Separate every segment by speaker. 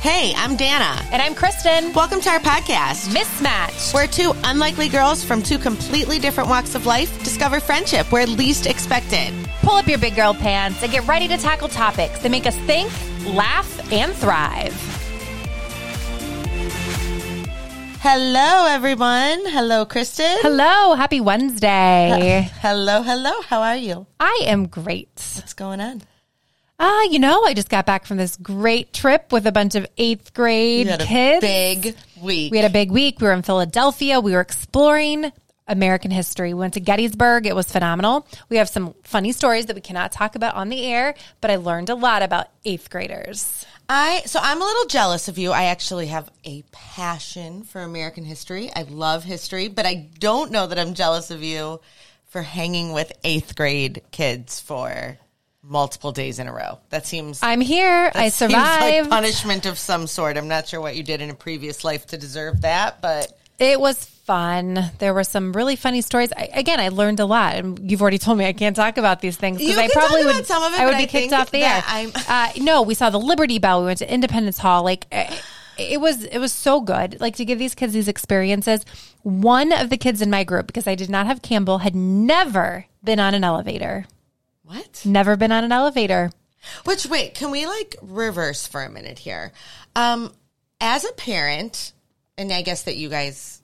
Speaker 1: Hey, I'm Dana.
Speaker 2: And I'm Kristen.
Speaker 1: Welcome to our podcast.
Speaker 2: Mismatch.
Speaker 1: We're two unlikely girls from two completely different walks of life discover friendship where least expected.
Speaker 2: Pull up your big girl pants and get ready to tackle topics that make us think, laugh, and thrive.
Speaker 1: Hello, everyone. Hello, Kristen.
Speaker 2: Hello. Happy Wednesday.
Speaker 1: Hello, hello. How are you?
Speaker 2: I am great.
Speaker 1: What's going on?
Speaker 2: Ah, you know, I just got back from this great trip with a bunch of eighth grade
Speaker 1: You had a
Speaker 2: kids.
Speaker 1: big week.
Speaker 2: We had a big week. We were in Philadelphia. We were exploring American history. We went to Gettysburg. It was phenomenal. We have some funny stories that we cannot talk about on the air, but I learned a lot about eighth graders.
Speaker 1: I so I'm a little jealous of you. I actually have a passion for American history. I love history, but I don't know that I'm jealous of you for hanging with eighth grade kids for multiple days in a row. That seems
Speaker 2: I'm here. I
Speaker 1: seems like
Speaker 2: survived.
Speaker 1: punishment of some sort. I'm not sure what you did in a previous life to deserve that, but
Speaker 2: it was fun. There were some really funny stories. I, again, I learned a lot, and you've already told me I can't talk about these things
Speaker 1: You
Speaker 2: because I
Speaker 1: can
Speaker 2: probably
Speaker 1: talk about
Speaker 2: would.
Speaker 1: some of it,
Speaker 2: I would
Speaker 1: but
Speaker 2: be
Speaker 1: I
Speaker 2: kicked
Speaker 1: think
Speaker 2: off the air.
Speaker 1: that I'm-
Speaker 2: uh, no, we saw the Liberty Bell. We went to Independence Hall. Like eh, it was, it was so good. Like to give these kids these experiences. One of the kids in my group, because I did not have Campbell, had never been on an elevator.
Speaker 1: what?
Speaker 2: Never been on an elevator.
Speaker 1: Which wait, can we like reverse for a minute here? Um, as a parent, and I guess that you guys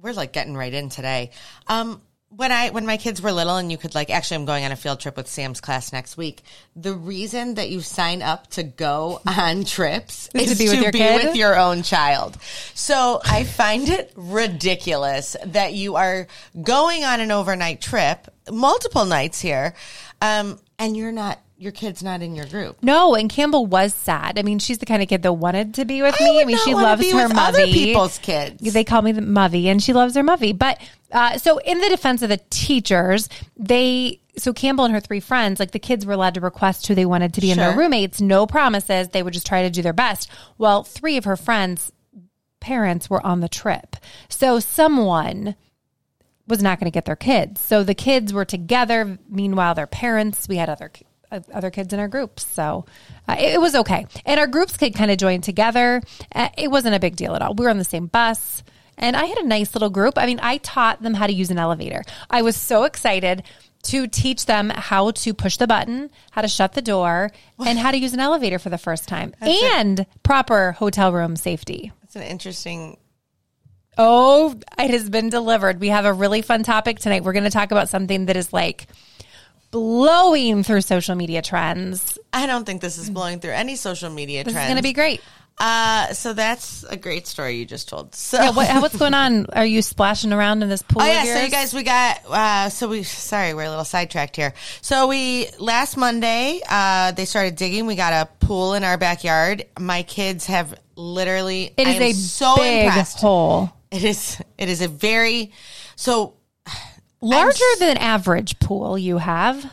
Speaker 1: we're like getting right in today. Um, when I when my kids were little and you could like actually I'm going on a field trip with Sam's class next week. The reason that you sign up to go on trips
Speaker 2: Is
Speaker 1: is
Speaker 2: to be with your kid?
Speaker 1: with your own child. So I find it ridiculous that you are going on an overnight trip, multiple nights here, um, and you're not your kid's not in your group.
Speaker 2: No, and Campbell was sad. I mean, she's the kind of kid that wanted to be with me. I
Speaker 1: would
Speaker 2: mean,
Speaker 1: not
Speaker 2: she
Speaker 1: wanna
Speaker 2: loves
Speaker 1: be
Speaker 2: her
Speaker 1: with other
Speaker 2: mummy.
Speaker 1: people's kids.
Speaker 2: They call me the muvvy, and she loves her muvvy. But uh, so, in the defense of the teachers, they so Campbell and her three friends, like the kids, were allowed to request who they wanted to be in their
Speaker 1: Sure.
Speaker 2: roommates. No promises. They would just try to do their best. Well, three of her friends' parents were on the trip, so someone was not going to get their kids. So the kids were together. Meanwhile, their parents, we had other ki- uh, other kids in our groups, so uh, it, it was okay. And our groups could kind of join together. Uh, it wasn't a big deal at all. We were on the same bus, and I had a nice little group. I mean, I taught them how to use an elevator. I was so excited to teach them how to push the button, how to shut the door, and how to use an elevator for the first time, and proper hotel room safety.
Speaker 1: That's an interesting
Speaker 2: Oh, it has been delivered. We have a really fun topic tonight. We're going to talk about something that is like blowing through social media trends.
Speaker 1: I don't think this is blowing through any social media
Speaker 2: This
Speaker 1: trends.
Speaker 2: is going to be great.
Speaker 1: Uh, so that's a great story you just told. So.
Speaker 2: Yeah, what, what's going on? Are you splashing around in this pool?
Speaker 1: Oh
Speaker 2: of
Speaker 1: yeah, so you
Speaker 2: yours?
Speaker 1: guys, we got. Uh, so we, sorry, we're a little sidetracked here. So we last Monday, uh, they started digging. We got a pool in our backyard. My kids have literally.
Speaker 2: It
Speaker 1: I
Speaker 2: is
Speaker 1: am
Speaker 2: a
Speaker 1: so
Speaker 2: big
Speaker 1: impressed.
Speaker 2: hole,
Speaker 1: It is. It is a very. So
Speaker 2: larger
Speaker 1: s-
Speaker 2: than average pool. You have,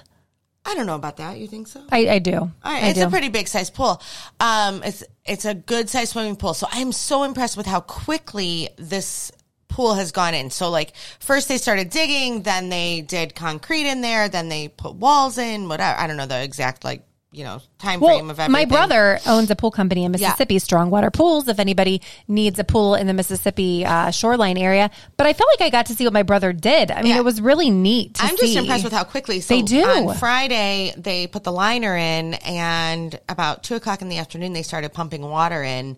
Speaker 1: I don't know about that. You think so?
Speaker 2: I, I do.
Speaker 1: All right,
Speaker 2: I
Speaker 1: Oh, it's
Speaker 2: do.
Speaker 1: a pretty big size pool. Um, it's it's a good size swimming pool. So I am so impressed with how quickly this pool has gone in. So like first they started digging, then they did concrete in there, then they put walls in. Whatever I don't know the exact like you know time frame of
Speaker 2: Well,
Speaker 1: everything.
Speaker 2: my brother owns a pool company in Mississippi, Strongwater Pools. If anybody needs a pool in the Mississippi uh, shoreline area, but I felt like I got to see what my brother did. I mean,
Speaker 1: Yeah.
Speaker 2: it was really neat. to
Speaker 1: I'm just
Speaker 2: see.
Speaker 1: impressed with how quickly so
Speaker 2: They do.
Speaker 1: On Friday, they put the liner in, and about two o'clock in the afternoon, they started pumping water in.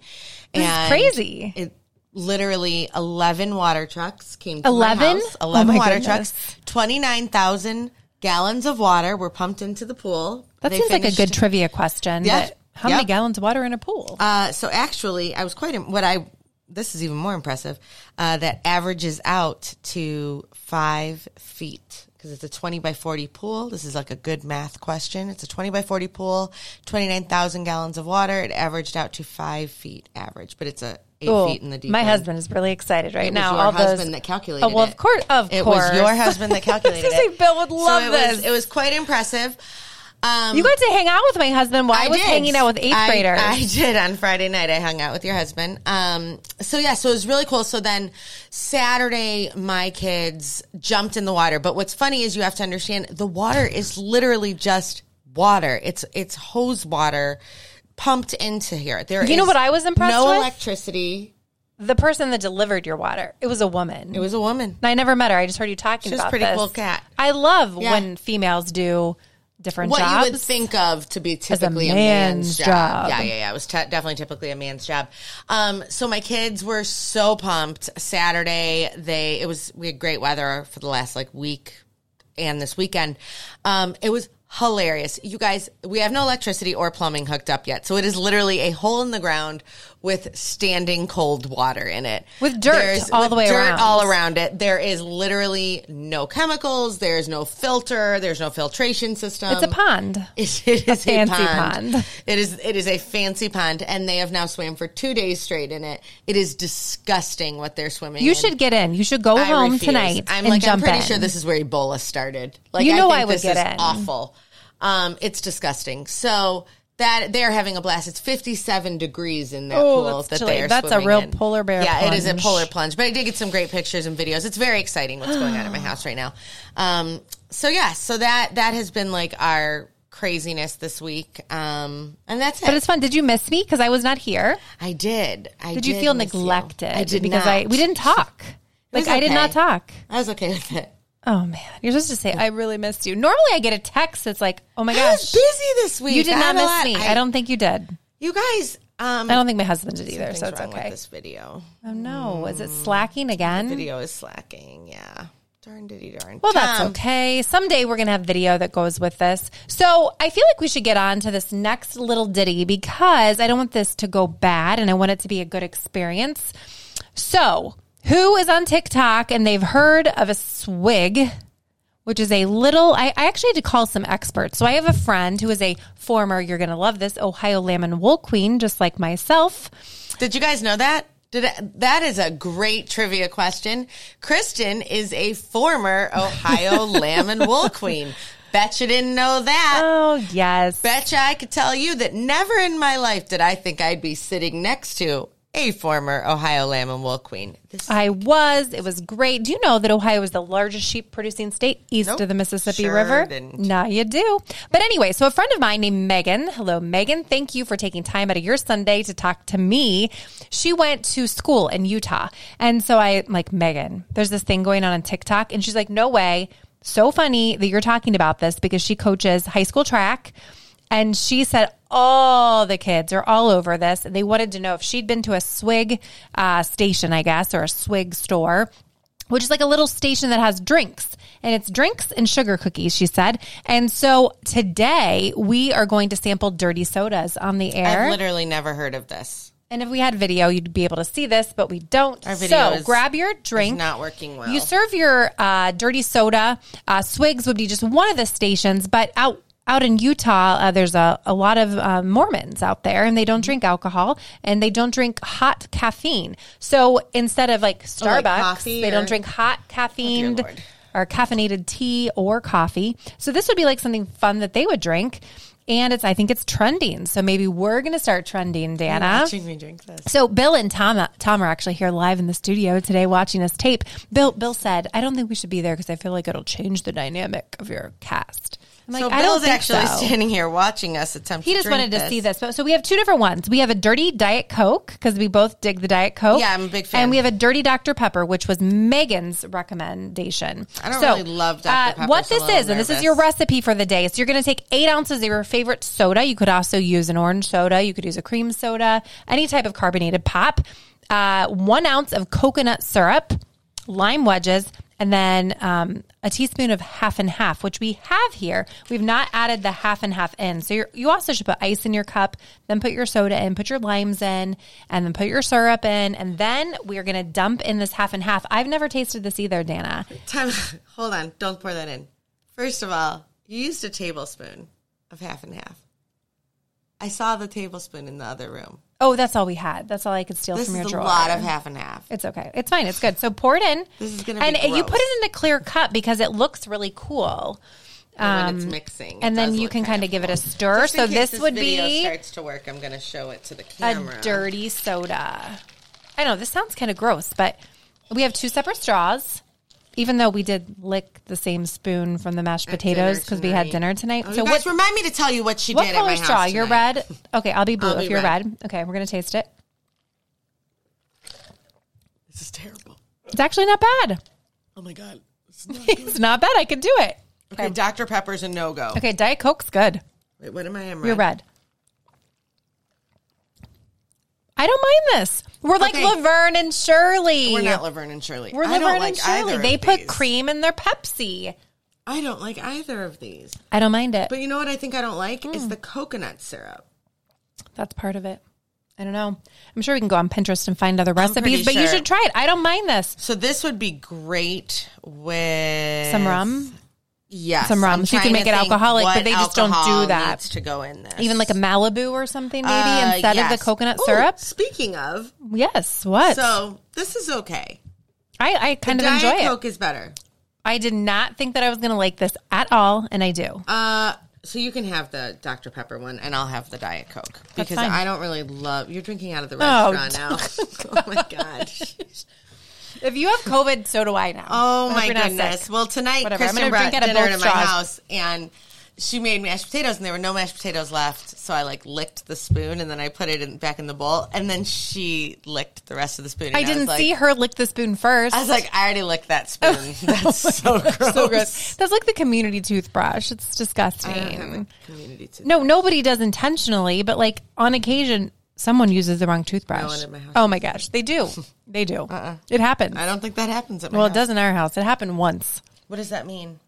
Speaker 2: This is
Speaker 1: and
Speaker 2: crazy.
Speaker 1: It literally eleven water trucks came. to my
Speaker 2: 11?
Speaker 1: house.
Speaker 2: Oh
Speaker 1: Eleven
Speaker 2: my
Speaker 1: water
Speaker 2: goodness.
Speaker 1: trucks. Twenty nine thousand gallons of water were pumped into the pool.
Speaker 2: That
Speaker 1: They
Speaker 2: seems like a
Speaker 1: finished-
Speaker 2: good trivia question.
Speaker 1: Yeah.
Speaker 2: but How
Speaker 1: Yeah.
Speaker 2: many gallons of water in a pool?
Speaker 1: Uh, so actually, I was quite im- what I. This is even more impressive. Uh, that averages out to five feet because it's a twenty by forty pool. This is like a good math question. It's a twenty by forty pool, twenty nine thousand gallons of water. It averaged out to five feet average, but it's a eight
Speaker 2: Cool.
Speaker 1: feet in the deep.
Speaker 2: My
Speaker 1: end.
Speaker 2: husband is really excited right
Speaker 1: It was
Speaker 2: now.
Speaker 1: your
Speaker 2: All
Speaker 1: husband
Speaker 2: those,
Speaker 1: that calculated
Speaker 2: Oh, well,
Speaker 1: it.
Speaker 2: of course, of
Speaker 1: it
Speaker 2: course,
Speaker 1: was your husband that
Speaker 2: I
Speaker 1: calculated
Speaker 2: was gonna say
Speaker 1: it.
Speaker 2: Bill would love
Speaker 1: so it
Speaker 2: this.
Speaker 1: Was, it was quite impressive. Um,
Speaker 2: you got to hang out with my husband while I, was
Speaker 1: did.
Speaker 2: hanging out with eighth
Speaker 1: I-
Speaker 2: graders.
Speaker 1: I did on Friday night. I hung out with your husband. Um, so yeah, so it was really cool. So then Saturday, my kids jumped in the water. But what's funny is you have to understand the water is literally just water. It's it's hose water pumped into here. There,
Speaker 2: You know
Speaker 1: is
Speaker 2: what I was impressed
Speaker 1: no
Speaker 2: with?
Speaker 1: electricity.
Speaker 2: The person that delivered your water, it was a woman.
Speaker 1: It was a woman.
Speaker 2: I never met her. I just heard you talking
Speaker 1: She's a
Speaker 2: about
Speaker 1: pretty
Speaker 2: this.
Speaker 1: cool cat.
Speaker 2: I love
Speaker 1: Yeah.
Speaker 2: when females do different
Speaker 1: What
Speaker 2: jobs.
Speaker 1: you would think of to be typically a,
Speaker 2: man's
Speaker 1: man's, job.
Speaker 2: job.
Speaker 1: Yeah, yeah, yeah. It was te- definitely typically a man's job. Um, so my kids were so pumped Saturday. They it was we had great weather for the last like week and this weekend. Um, it was hilarious. You guys, we have no electricity or plumbing hooked up yet, so it is literally a hole in the ground with standing cold water in it
Speaker 2: With dirt all the way
Speaker 1: dirt
Speaker 2: around.
Speaker 1: all around it. There is literally no chemicals. There's no filter. There's no filtration system.
Speaker 2: it's a pond.
Speaker 1: It, it is a
Speaker 2: fancy
Speaker 1: pond.
Speaker 2: pond.
Speaker 1: It is it is a fancy pond, and they have now swam for two days straight in it. It is disgusting what they're swimming.
Speaker 2: You
Speaker 1: in.
Speaker 2: should get in. You should go
Speaker 1: I
Speaker 2: home
Speaker 1: refuse.
Speaker 2: tonight
Speaker 1: I'm
Speaker 2: and
Speaker 1: like
Speaker 2: jump
Speaker 1: I'm pretty
Speaker 2: in.
Speaker 1: sure this is where Ebola started. Like
Speaker 2: You know
Speaker 1: I, think
Speaker 2: I would
Speaker 1: this
Speaker 2: get
Speaker 1: is
Speaker 2: in.
Speaker 1: awful. Um, it's disgusting. So. That they're having a blast. It's 57 degrees in that
Speaker 2: Oh,
Speaker 1: pool
Speaker 2: that's
Speaker 1: that
Speaker 2: chilly.
Speaker 1: they are
Speaker 2: That's a
Speaker 1: swimming
Speaker 2: real
Speaker 1: in.
Speaker 2: polar bear
Speaker 1: Yeah, it is a
Speaker 2: plunge.
Speaker 1: polar plunge. But I did get some great pictures and videos. It's very exciting what's going on at my house right now. Um, so yeah, so that that has been like our craziness this week. Um, and that's it.
Speaker 2: but it's fun. Did you miss me? Because I was not here.
Speaker 1: I did. I
Speaker 2: Did you feel
Speaker 1: miss you.
Speaker 2: neglected?
Speaker 1: I did
Speaker 2: because
Speaker 1: not.
Speaker 2: I we didn't talk. Like
Speaker 1: was
Speaker 2: I did
Speaker 1: okay.
Speaker 2: not talk.
Speaker 1: I was okay with it.
Speaker 2: Oh man, you're supposed to say I really missed you. Normally I get a text that's like, oh my
Speaker 1: I was
Speaker 2: gosh,
Speaker 1: busy this week.
Speaker 2: you did
Speaker 1: I
Speaker 2: not
Speaker 1: had a lot-
Speaker 2: miss me. I, don't think you did.
Speaker 1: You guys, um,
Speaker 2: I don't think my husband did either, so
Speaker 1: something's
Speaker 2: it's
Speaker 1: wrong with
Speaker 2: okay.
Speaker 1: this Mm. video.
Speaker 2: Oh no, is it slacking again?
Speaker 1: Video is slacking. Yeah, darn diddy darn.
Speaker 2: Well, that's
Speaker 1: Tom,
Speaker 2: okay. Someday we're going to have video that goes with this. So I feel like we should get on to this next little ditty because I don't want this to go bad and I want it to be a good experience. So, who is on TikTok and they've heard of a swig? which is a little I, I actually had to call some experts so i have a friend who is a former you're going to love this ohio lamb and wool queen just like myself
Speaker 1: Did you guys know that? Did it, that is a great trivia question. Kristen is a former Ohio lamb and wool queen. Bet you didn't know that.
Speaker 2: oh yes
Speaker 1: Betcha I could tell you that never in my life did I think I'd be sitting next to a former Ohio lamb and wool queen. This
Speaker 2: I was. It was great. Do you know that Ohio is the largest sheep producing state east
Speaker 1: Nope.
Speaker 2: of the Mississippi
Speaker 1: Sure
Speaker 2: River?
Speaker 1: didn't.
Speaker 2: Now you do. But anyway, so a friend of mine named Megan, hello Megan, thank you for taking time out of your Sunday to talk to me. She went to school in Utah. And so I like, Megan, there's this thing going on on TikTok. And she's like, no way. So funny that you're talking about this because she coaches high school track. And she said all the kids are all over this. And they wanted to know if she'd been to a swig uh, station, I guess, or a swig store, which is like a little station that has drinks. And it's drinks and sugar cookies, she said. And so today we are going to sample dirty sodas on the
Speaker 1: I've
Speaker 2: air.
Speaker 1: literally never heard of this.
Speaker 2: and if we had video, you'd be able to see this, but we don't.
Speaker 1: Our video
Speaker 2: so
Speaker 1: is-
Speaker 2: grab your
Speaker 1: It's
Speaker 2: drink.
Speaker 1: not working well.
Speaker 2: You serve your uh, dirty soda. Uh, Swigs would be just one of the stations, but out out in Utah, uh, there's a, a lot of uh, Mormons out there, and they don't drink alcohol and they don't drink hot caffeine. So instead of like Starbucks,
Speaker 1: Oh, like coffee
Speaker 2: they
Speaker 1: or-
Speaker 2: don't
Speaker 1: Oh,
Speaker 2: drink hot caffeine
Speaker 1: Lord.
Speaker 2: or caffeinated tea or coffee. So this would be like something fun that they would drink. And it's, I think it's trending. So maybe we're going to start trending, Dana.
Speaker 1: watching me drink this.
Speaker 2: So Bill and Tom, uh, Tom are actually here live in the studio today watching us tape. Bill, Bill said, "I don't think we should be there because I feel like it'll change the dynamic of your cast." I'm like,
Speaker 1: so
Speaker 2: "I don't
Speaker 1: Bill's
Speaker 2: think
Speaker 1: actually
Speaker 2: so."
Speaker 1: standing here watching us attempt.
Speaker 2: He
Speaker 1: to
Speaker 2: just
Speaker 1: drink
Speaker 2: wanted to see this. But so we have two different ones. We have a dirty Diet Coke because we both dig the Diet Coke.
Speaker 1: Yeah, I'm a big fan.
Speaker 2: And we have a dirty Dr Pepper, which was Megan's recommendation.
Speaker 1: I don't
Speaker 2: so, uh,
Speaker 1: really love Dr. Pepper,
Speaker 2: What
Speaker 1: so
Speaker 2: this
Speaker 1: I'm a little
Speaker 2: is, and this is
Speaker 1: nervous.
Speaker 2: your recipe for the day. So you're going to take eight ounces of your favorite soda. You could also use an orange soda. You could use a cream soda, any type of carbonated pop. Uh, one ounce of coconut syrup, lime wedges. And then um, a teaspoon of half and half, which we have here. We've not added the half and half in. So you're, you also should put ice in your cup, then put your soda in, put your limes in, and then put your syrup in. And then we're going to dump in this half and half. I've never tasted this either, Dana.
Speaker 1: Time, hold on, don't pour that in. First of all, you used a tablespoon of half and half. I saw the tablespoon in the other room.
Speaker 2: Oh, that's all we had. That's all I could steal
Speaker 1: This
Speaker 2: from your
Speaker 1: is a
Speaker 2: drawer.
Speaker 1: lot of half and half.
Speaker 2: it's okay. It's fine. It's good. So pour it in.
Speaker 1: This is gonna be
Speaker 2: and you
Speaker 1: gross.
Speaker 2: put it in a clear cup because it looks really cool.
Speaker 1: And when it's mixing, it
Speaker 2: and then
Speaker 1: does
Speaker 2: you
Speaker 1: look
Speaker 2: can kind of give it a stir.
Speaker 1: Just in
Speaker 2: so
Speaker 1: case
Speaker 2: this, would
Speaker 1: video
Speaker 2: be
Speaker 1: starts to work. I'm going to show it to the
Speaker 2: a
Speaker 1: camera.
Speaker 2: dirty soda. I know this sounds kind of gross, but we have two separate straws. even though we did lick the same spoon from the mashed potatoes because we
Speaker 1: tonight.
Speaker 2: had dinner tonight.
Speaker 1: Oh,
Speaker 2: so
Speaker 1: you
Speaker 2: what?
Speaker 1: guys remind me to tell you what she
Speaker 2: What
Speaker 1: did at my
Speaker 2: color
Speaker 1: house
Speaker 2: straw? You're
Speaker 1: tonight.
Speaker 2: red. Okay, I'll be blue
Speaker 1: I'll
Speaker 2: if
Speaker 1: be
Speaker 2: you're
Speaker 1: red.
Speaker 2: red. Okay, we're gonna taste it.
Speaker 1: This is terrible.
Speaker 2: It's actually not bad.
Speaker 1: Oh my god. This is not-
Speaker 2: It's not bad. I could do it.
Speaker 1: okay, Dr. Pepper's a no go.
Speaker 2: Okay, Diet Coke's good.
Speaker 1: Wait, what am I? I'm
Speaker 2: You're red. I don't mind this. We're like
Speaker 1: Okay.
Speaker 2: Laverne and Shirley.
Speaker 1: We're not Laverne and Shirley.
Speaker 2: We're
Speaker 1: I
Speaker 2: Laverne
Speaker 1: don't
Speaker 2: and
Speaker 1: like
Speaker 2: Shirley.
Speaker 1: either
Speaker 2: They
Speaker 1: of
Speaker 2: put
Speaker 1: these.
Speaker 2: cream in their Pepsi.
Speaker 1: I don't like either of these.
Speaker 2: I don't mind it.
Speaker 1: But you know what I think I don't like
Speaker 2: Hmm.
Speaker 1: is the coconut syrup.
Speaker 2: That's part of it. I don't know. I'm sure we can go on Pinterest and find other
Speaker 1: pretty
Speaker 2: recipes, but you
Speaker 1: sure.
Speaker 2: should try it. I don't mind this.
Speaker 1: So this would be great with
Speaker 2: Some rum,
Speaker 1: Yes,
Speaker 2: Some rum.
Speaker 1: I'm
Speaker 2: So you can
Speaker 1: trying
Speaker 2: make
Speaker 1: to
Speaker 2: it
Speaker 1: think
Speaker 2: alcoholic, but
Speaker 1: what
Speaker 2: they just don't do
Speaker 1: alcohol
Speaker 2: that.
Speaker 1: needs to go in this.
Speaker 2: even like a Malibu or something, maybe
Speaker 1: Uh,
Speaker 2: instead of
Speaker 1: yes.
Speaker 2: the coconut
Speaker 1: Ooh,
Speaker 2: syrup.
Speaker 1: Speaking of,
Speaker 2: Yes, what?
Speaker 1: so this is okay.
Speaker 2: I, I kind of
Speaker 1: Diet
Speaker 2: enjoy it.
Speaker 1: Coke is better.
Speaker 2: I did not think that I was going to like this at all, and I do.
Speaker 1: Uh, so you can have the Dr Pepper one, and I'll have the Diet Coke because
Speaker 2: fine.
Speaker 1: I don't really love. You're drinking out of the
Speaker 2: Oh,
Speaker 1: restaurant now. oh my god.
Speaker 2: if you have COVID, so do I now.
Speaker 1: Oh
Speaker 2: I hope
Speaker 1: my
Speaker 2: you're not
Speaker 1: goodness.
Speaker 2: sick.
Speaker 1: Well, tonight
Speaker 2: Whatever. I'm
Speaker 1: Kristen
Speaker 2: gonna
Speaker 1: brought
Speaker 2: drink out of
Speaker 1: dinner to
Speaker 2: both
Speaker 1: my
Speaker 2: straws.
Speaker 1: house, and she made mashed potatoes, and there were no mashed potatoes left. So I like licked the spoon, and then I put it in, back in the bowl, and then she licked the rest of the spoon. and
Speaker 2: I didn't
Speaker 1: was like-
Speaker 2: see her lick the spoon first.
Speaker 1: I was like, I already licked that spoon. That's so gross.
Speaker 2: so gross. That's like the community toothbrush. It's disgusting.
Speaker 1: I don't have a community to
Speaker 2: No, nobody does intentionally, but like on occasion, someone uses the wrong toothbrush.
Speaker 1: No one at my house Uh-uh.
Speaker 2: oh my gosh, they do. They do. It happens.
Speaker 1: I don't think that happens at my
Speaker 2: Well, it
Speaker 1: house.
Speaker 2: does in our house. It happened once.
Speaker 1: What does that mean?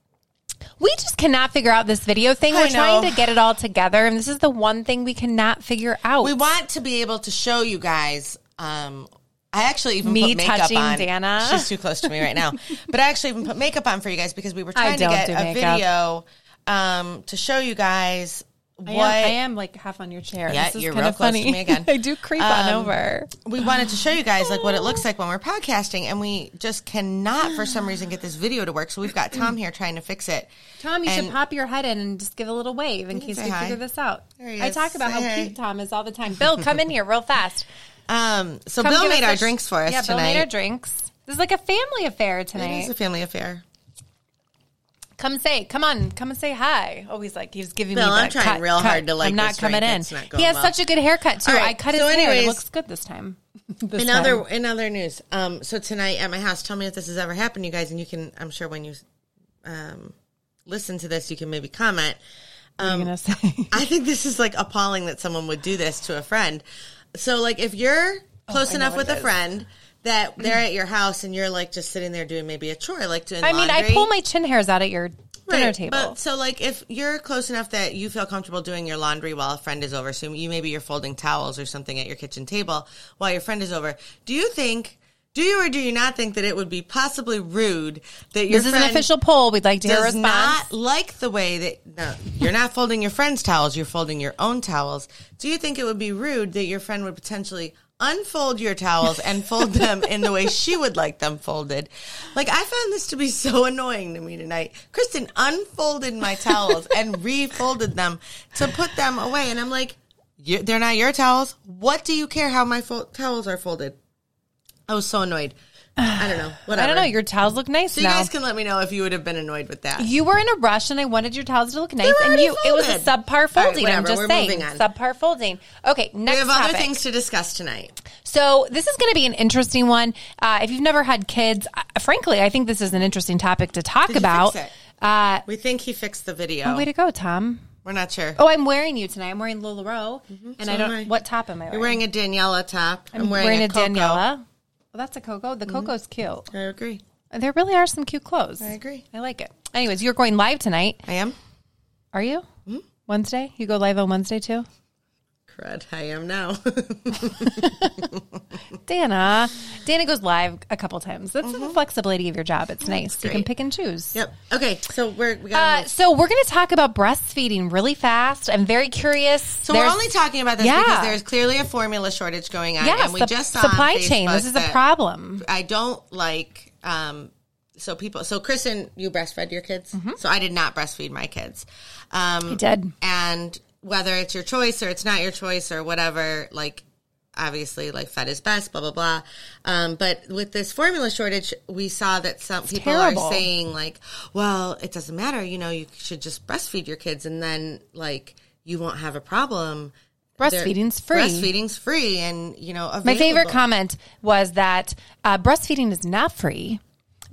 Speaker 2: We just cannot figure out this video thing.
Speaker 1: I
Speaker 2: We're trying
Speaker 1: know.
Speaker 2: to get it all together, and this is the one thing we cannot figure out.
Speaker 1: We want to be able to show you guys. Um, I actually even
Speaker 2: Me
Speaker 1: put makeup
Speaker 2: touching
Speaker 1: on.
Speaker 2: Dana.
Speaker 1: She's too close to me right now. but I actually even put makeup on for you guys because we were trying to
Speaker 2: don't
Speaker 1: get
Speaker 2: do
Speaker 1: a
Speaker 2: makeup.
Speaker 1: video um, to show you guys
Speaker 2: I,
Speaker 1: what
Speaker 2: am, I am like half on your chair.
Speaker 1: Yeah,
Speaker 2: this is
Speaker 1: you're
Speaker 2: kind
Speaker 1: real
Speaker 2: of
Speaker 1: close
Speaker 2: funny.
Speaker 1: to me again.
Speaker 2: I do creep on
Speaker 1: Um,
Speaker 2: over.
Speaker 1: we wanted to show you guys, like what it looks like when we're podcasting, and we just cannot for some reason get this video to work. So we've got Tom here trying to fix it.
Speaker 2: Tom, you
Speaker 1: and-
Speaker 2: should pop your head in and just give a little wave in case
Speaker 1: say
Speaker 2: we
Speaker 1: hi.
Speaker 2: figure this out.
Speaker 1: There he
Speaker 2: I
Speaker 1: is.
Speaker 2: talk about
Speaker 1: Say
Speaker 2: how
Speaker 1: hey.
Speaker 2: cute Tom is all the time. Bill, come in here real fast.
Speaker 1: Um, so
Speaker 2: Come
Speaker 1: Bill
Speaker 2: give
Speaker 1: made
Speaker 2: us
Speaker 1: our
Speaker 2: a sh-
Speaker 1: drinks for us
Speaker 2: Yeah,
Speaker 1: tonight.
Speaker 2: Bill made our drinks. This is like a family affair
Speaker 1: It is
Speaker 2: tonight.
Speaker 1: a family affair.
Speaker 2: come say, come on, come and say hi. Oh, he's like he's giving
Speaker 1: Bill,
Speaker 2: me. the
Speaker 1: I'm trying
Speaker 2: cut,
Speaker 1: real
Speaker 2: cut.
Speaker 1: hard to like
Speaker 2: I'm not
Speaker 1: this
Speaker 2: coming
Speaker 1: drink.
Speaker 2: in.
Speaker 1: It's not
Speaker 2: he
Speaker 1: going
Speaker 2: has
Speaker 1: well.
Speaker 2: such a good haircut too.
Speaker 1: All right,
Speaker 2: I cut his
Speaker 1: so
Speaker 2: hair. It
Speaker 1: anyways-
Speaker 2: looks good this time. This
Speaker 1: In other
Speaker 2: time.
Speaker 1: in other news, um, so tonight at my house, tell me if this has ever happened, you guys, and you can. I'm sure when you um, listen to this, you can maybe comment. um,
Speaker 2: What are you gonna say?
Speaker 1: I think this is like appalling that someone would do this to a friend. So, like, if you're
Speaker 2: Oh,
Speaker 1: close enough with a friend that they're at your house and you're like just sitting there doing maybe a chore, like doing.
Speaker 2: I mean, I
Speaker 1: laundry.
Speaker 2: pull my chin hairs out at your dinner
Speaker 1: Right,
Speaker 2: table.
Speaker 1: But so, like, if you're close enough that you feel comfortable doing your laundry while a friend is over, so you maybe you're folding towels or something at your kitchen table while your friend is over. Do you think? Do you or do you not think that it would be possibly rude that your
Speaker 2: this is an
Speaker 1: friend
Speaker 2: official poll. We'd like to hear a
Speaker 1: does not
Speaker 2: response.
Speaker 1: like the way that no, you're not folding your friend's towels, you're folding your own towels? Do you think it would be rude that your friend would potentially? Unfold your towels and fold them in the way she would like them folded. Like I found this to be so annoying to me tonight. Kristen unfolded my towels and refolded them to put them away, and I'm like, you, "They're not your towels. What do you care how my fo- towels are folded?" I was so annoyed. I don't know. Whatever.
Speaker 2: I don't know. Your towels look nice
Speaker 1: So you
Speaker 2: now.
Speaker 1: guys can let me know if you would have been annoyed with that.
Speaker 2: You were in a rush, and I wanted your towels to look nice. And
Speaker 1: already
Speaker 2: you, it was a
Speaker 1: folded.
Speaker 2: subpar
Speaker 1: All right,
Speaker 2: folding. I'm
Speaker 1: whatever,
Speaker 2: just
Speaker 1: we're
Speaker 2: saying,
Speaker 1: moving on.
Speaker 2: subpar folding. Okay, next
Speaker 1: we have other
Speaker 2: topic.
Speaker 1: things to discuss tonight.
Speaker 2: So this is going to be an interesting one. Uh, if you've never had kids, uh, frankly, I think this is an interesting topic to talk
Speaker 1: you
Speaker 2: about.
Speaker 1: fix
Speaker 2: Uh, oh,
Speaker 1: We think he fixed the video.
Speaker 2: way to go, Tom.
Speaker 1: We're not sure.
Speaker 2: Oh, I'm wearing you tonight. I'm wearing LuLaRoe, and I
Speaker 1: Mm-hmm. am
Speaker 2: don't.
Speaker 1: I.
Speaker 2: What top am I wearing?
Speaker 1: You're wearing a Daniela top. I'm,
Speaker 2: I'm
Speaker 1: wearing, a, Coco. Mm-hmm.
Speaker 2: Daniela. Well, that's a Coco. The Coco's cute.
Speaker 1: I agree.
Speaker 2: There really are some cute clothes. I
Speaker 1: agree.
Speaker 2: I like it. Anyways, you're going live tonight.
Speaker 1: I am.
Speaker 2: Are you?
Speaker 1: Hmm?
Speaker 2: Wednesday? You go live on Wednesday too?
Speaker 1: Crud. I am now.
Speaker 2: Dana. Dana goes live a couple times. That's the flexibility of your job. It's nice. You can
Speaker 1: Mm-hmm. great.
Speaker 2: pick and choose.
Speaker 1: yep. Okay. So we're we got.
Speaker 2: Uh, so we're going to talk about breastfeeding really fast. I'm very curious.
Speaker 1: so we're only talking about this
Speaker 2: Yeah.
Speaker 1: because there's clearly a formula shortage going on,
Speaker 2: yes,
Speaker 1: and we
Speaker 2: the
Speaker 1: just saw on
Speaker 2: supply chain.
Speaker 1: Facebook
Speaker 2: This is a
Speaker 1: that
Speaker 2: problem.
Speaker 1: I don't like. Um, so people. So Kristen, you breastfed your kids. So I did not breastfeed my kids. Um,
Speaker 2: I did.
Speaker 1: and whether it's your choice or it's not your choice or whatever like obviously like fat is best, blah blah blah. Um, but with this formula shortage, we saw that some people
Speaker 2: terrible.
Speaker 1: are saying like, "Well, it doesn't matter. You know, you should just breastfeed your kids, and then like you won't have a problem." They're-
Speaker 2: Breastfeeding's free.
Speaker 1: Breastfeeding's free, and you know,
Speaker 2: My favorite
Speaker 1: available.
Speaker 2: comment was that uh, breastfeeding is not free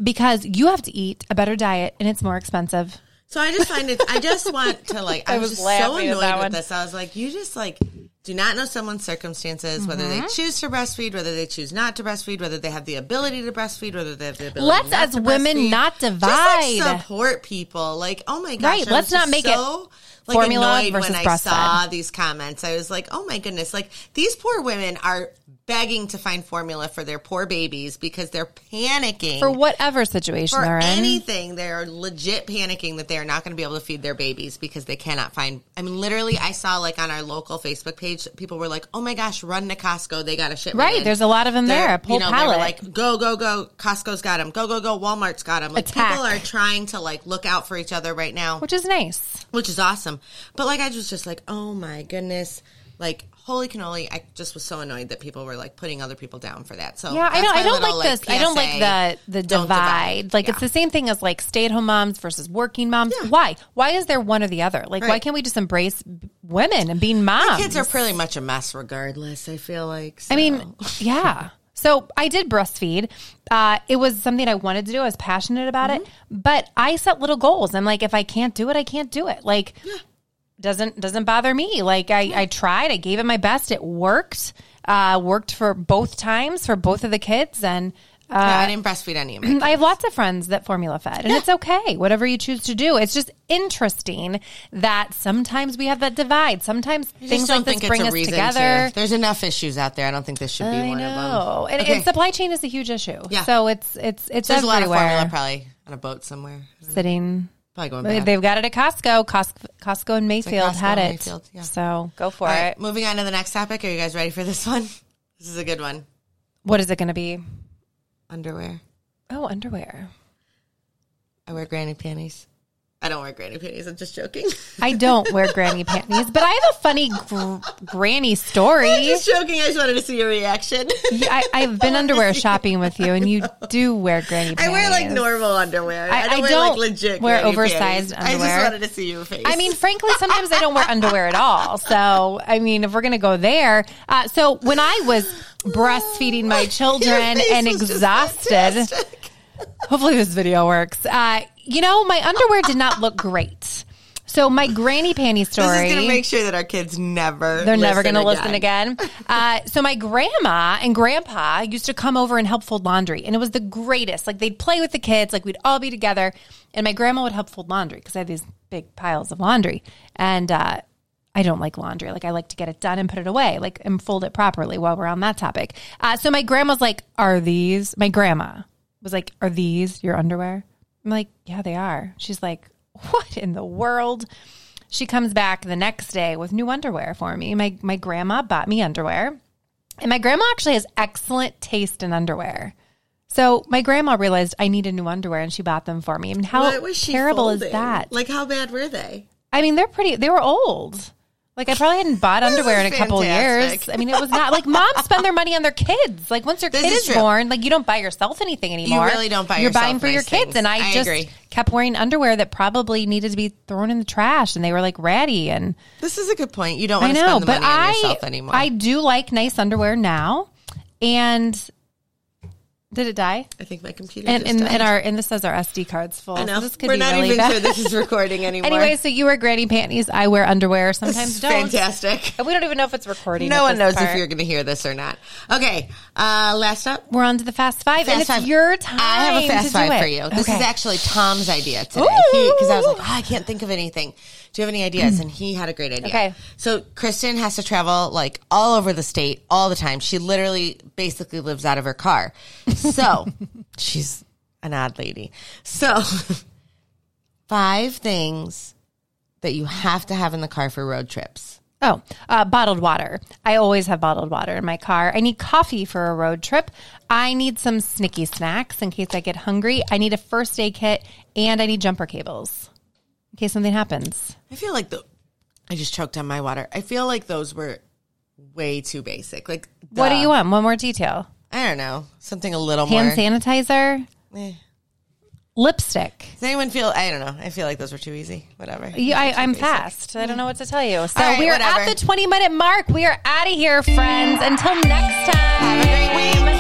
Speaker 2: because you have to eat a better diet and it's more expensive.
Speaker 1: So I just find it. I just want to like. I,
Speaker 2: I
Speaker 1: was,
Speaker 2: was
Speaker 1: just so
Speaker 2: laughing at
Speaker 1: annoyed
Speaker 2: that
Speaker 1: with
Speaker 2: one.
Speaker 1: this. I was like, you just like do not know someone's circumstances, whether
Speaker 2: Mm-hmm.
Speaker 1: they choose to breastfeed, whether they choose not to breastfeed, whether they have the ability to breastfeed, whether they have the ability.
Speaker 2: Let's,
Speaker 1: not
Speaker 2: as
Speaker 1: to
Speaker 2: women,
Speaker 1: breastfeed.
Speaker 2: not
Speaker 1: Just
Speaker 2: divide.
Speaker 1: like, support people. Like, oh my gosh,
Speaker 2: Right,
Speaker 1: I was
Speaker 2: let's not
Speaker 1: just
Speaker 2: make it
Speaker 1: so, like,
Speaker 2: formula
Speaker 1: annoyed
Speaker 2: versus
Speaker 1: when I
Speaker 2: breastfed.
Speaker 1: saw these comments. I was like, oh my goodness, like these poor women are begging to find formula for their poor babies because they're panicking
Speaker 2: for whatever situation
Speaker 1: for
Speaker 2: they're in.
Speaker 1: anything, they're legit panicking that they are not going to be able to feed their babies because they cannot find. I mean, literally, I saw like on our local Facebook page, people were like, "Oh my gosh, run to Costco! They got a shipment."
Speaker 2: Right,
Speaker 1: in."
Speaker 2: there's a lot of them
Speaker 1: They're-
Speaker 2: there, a whole
Speaker 1: you know, they were
Speaker 2: pallet.
Speaker 1: like, "Go, go, go! Costco's got them. Go, go, go! Walmart's got them." Like
Speaker 2: Attack.
Speaker 1: people are trying to like look out for each other right now
Speaker 2: which is nice.
Speaker 1: which is awesome. But like, I was just like, oh my goodness, like holy cannoli! I just was so annoyed that people were like putting other people down for that. So
Speaker 2: Yeah, I
Speaker 1: Oh, that's
Speaker 2: don't.
Speaker 1: my
Speaker 2: I don't
Speaker 1: little,
Speaker 2: like this. I don't
Speaker 1: PSA.
Speaker 2: like the the
Speaker 1: Don't
Speaker 2: divide. Like it's
Speaker 1: Yeah.
Speaker 2: the same thing as like stay at home moms versus working moms. Why? Why is there one or the other? Like why
Speaker 1: Right.
Speaker 2: can't we just embrace b- women and being moms?
Speaker 1: kids are pretty much a mess, regardless. I feel like.
Speaker 2: I
Speaker 1: so.
Speaker 2: mean, yeah. So I did breastfeed. Uh, it was something I wanted to do. I was passionate about it,
Speaker 1: Mm-hmm.
Speaker 2: but I set little goals. I'm like, if I can't do it, I can't do it. Like, doesn't doesn't bother me. Like, I, I tried. I gave it my best. It worked. Uh, worked for both times for both of the kids, and uh,
Speaker 1: Yeah, I didn't breastfeed any of my
Speaker 2: I have lots of friends that formula fed, and it's okay. Whatever you choose to do, it's just interesting that sometimes we have that divide. Sometimes things like this bring us together.
Speaker 1: to. There's enough issues out there. I don't think this should be
Speaker 2: I
Speaker 1: one
Speaker 2: know,
Speaker 1: of them.
Speaker 2: and,
Speaker 1: Okay.
Speaker 2: and supply chain is a huge issue.
Speaker 1: Yeah.
Speaker 2: So it's it's it's
Speaker 1: There's a lot
Speaker 2: everywhere.
Speaker 1: of formula probably on a boat somewhere.
Speaker 2: sitting.
Speaker 1: Probably going bad.
Speaker 2: They've got it at Costco. Costco, Costco and Mayfield
Speaker 1: Costco
Speaker 2: had it.
Speaker 1: and Mayfield, yeah.
Speaker 2: So go for
Speaker 1: All
Speaker 2: it.
Speaker 1: right, moving on to the next topic. Are you guys ready for this one? This is a good one.
Speaker 2: What is it going to be?
Speaker 1: Underwear.
Speaker 2: Oh, underwear.
Speaker 1: I wear granny panties. I don't wear granny panties. I'm just joking.
Speaker 2: I don't wear granny panties, but I have a funny gr- granny story.
Speaker 1: I'm just joking. I just wanted to see your reaction.
Speaker 2: Yeah, I, I've been underwear shopping with you, and you do wear granny
Speaker 1: I
Speaker 2: panties.
Speaker 1: wear like normal underwear. I,
Speaker 2: I-
Speaker 1: don't
Speaker 2: I
Speaker 1: wear
Speaker 2: don't
Speaker 1: like legit.
Speaker 2: wear
Speaker 1: granny
Speaker 2: oversized
Speaker 1: panties. I
Speaker 2: underwear.
Speaker 1: just wanted to see your face.
Speaker 2: I mean, frankly, sometimes I don't wear underwear at all. So, I mean, if we're going to go there. Uh, so, when I was breastfeeding my
Speaker 1: Your
Speaker 2: children
Speaker 1: face
Speaker 2: and
Speaker 1: was just
Speaker 2: exhausted,
Speaker 1: fantastic.
Speaker 2: hopefully this video works. Uh, you know, my underwear did not look great. So, my granny panty story.
Speaker 1: This is going to make sure that our kids never.
Speaker 2: They're never going to listen again. Uh, so my grandma and grandpa used to come over and help fold laundry, and it was the greatest. Like they'd play with the kids, like we'd all be together, and my grandma would help fold laundry because I had these big piles of laundry, and uh, I don't like laundry. Like I like to get it done and put it away, like and fold it properly. While we're on that topic, uh, so my grandma's like, "Are these?" My grandma was like, "Are these your underwear?" I'm like, "Yeah, they are." She's like, "What in the world?" She comes back the next day with new underwear for me. My my grandma bought me underwear. And my grandma actually has excellent taste in underwear. So my grandma realized I needed new underwear and she bought them for me. And how
Speaker 1: What was she
Speaker 2: terrible is
Speaker 1: folding?
Speaker 2: that?
Speaker 1: Like, how bad were they?
Speaker 2: I mean, they're pretty. They were old. Like I probably hadn't bought underwear in a
Speaker 1: is
Speaker 2: couple of years.
Speaker 1: fantastic.
Speaker 2: I mean, it was not like moms spend their money on their kids. Like once your kid
Speaker 1: is
Speaker 2: is,
Speaker 1: true.
Speaker 2: born, like you don't buy yourself anything anymore.
Speaker 1: really don't buy
Speaker 2: You're
Speaker 1: yourself
Speaker 2: buying for your
Speaker 1: nice
Speaker 2: kids,
Speaker 1: things.
Speaker 2: and I,
Speaker 1: I
Speaker 2: just
Speaker 1: agree.
Speaker 2: kept wearing underwear that probably needed to be thrown in the trash, and they were like ratty. And
Speaker 1: This is a good point. You don't
Speaker 2: I
Speaker 1: want to
Speaker 2: know,
Speaker 1: spend the
Speaker 2: but
Speaker 1: money on
Speaker 2: I
Speaker 1: yourself anymore.
Speaker 2: I do like nice underwear now, and. Did it die?
Speaker 1: I think my computer
Speaker 2: And
Speaker 1: just
Speaker 2: and,
Speaker 1: died.
Speaker 2: and our and this says our SD cards full.
Speaker 1: I know.
Speaker 2: So this could
Speaker 1: We're
Speaker 2: be
Speaker 1: not
Speaker 2: really
Speaker 1: even
Speaker 2: bad.
Speaker 1: sure this is recording anymore.
Speaker 2: Anyway, so you wear granny panties. I wear underwear. Sometimes
Speaker 1: It's
Speaker 2: don't.
Speaker 1: fantastic.
Speaker 2: And we don't even know if it's recording.
Speaker 1: No
Speaker 2: at
Speaker 1: one
Speaker 2: this
Speaker 1: knows if
Speaker 2: part.
Speaker 1: you're going to hear this or not. Okay, uh, last up.
Speaker 2: We're on to the fast five, and
Speaker 1: Fast
Speaker 2: it's
Speaker 1: five.
Speaker 2: your time.
Speaker 1: I have a
Speaker 2: to
Speaker 1: fast
Speaker 2: do
Speaker 1: five
Speaker 2: it.
Speaker 1: for you. This is
Speaker 2: Okay.
Speaker 1: actually Tom's idea today
Speaker 2: Ooh.
Speaker 1: because I was like, oh, I can't think of anything. Do you have any ideas? And he had a great idea.
Speaker 2: Okay.
Speaker 1: So Kristen has to travel like all over the state all the time. She literally basically lives out of her car. So she's an odd lady. So five things that you have to have in the car for road trips.
Speaker 2: Oh, uh, bottled water. I always have bottled water in my car. I need coffee for a road trip. I need some snicky snacks in case I get hungry. I need a first aid kit, and I need jumper cables in case something happens.
Speaker 1: I feel like the I just choked on my water. I feel like those were way too basic. Like,
Speaker 2: What do
Speaker 1: duh.
Speaker 2: you want? One more detail.
Speaker 1: I don't know. Something a little
Speaker 2: Hand
Speaker 1: more.
Speaker 2: sanitizer,
Speaker 1: eh.
Speaker 2: lipstick.
Speaker 1: Does anyone feel? I don't know. I feel like those were too easy. Whatever.
Speaker 2: You, I, I'm fast. I don't know what to tell you. So
Speaker 1: All right,
Speaker 2: we are
Speaker 1: whatever.
Speaker 2: at the 20 minute mark. We are out of here, friends. Until next time.
Speaker 1: Have a great week.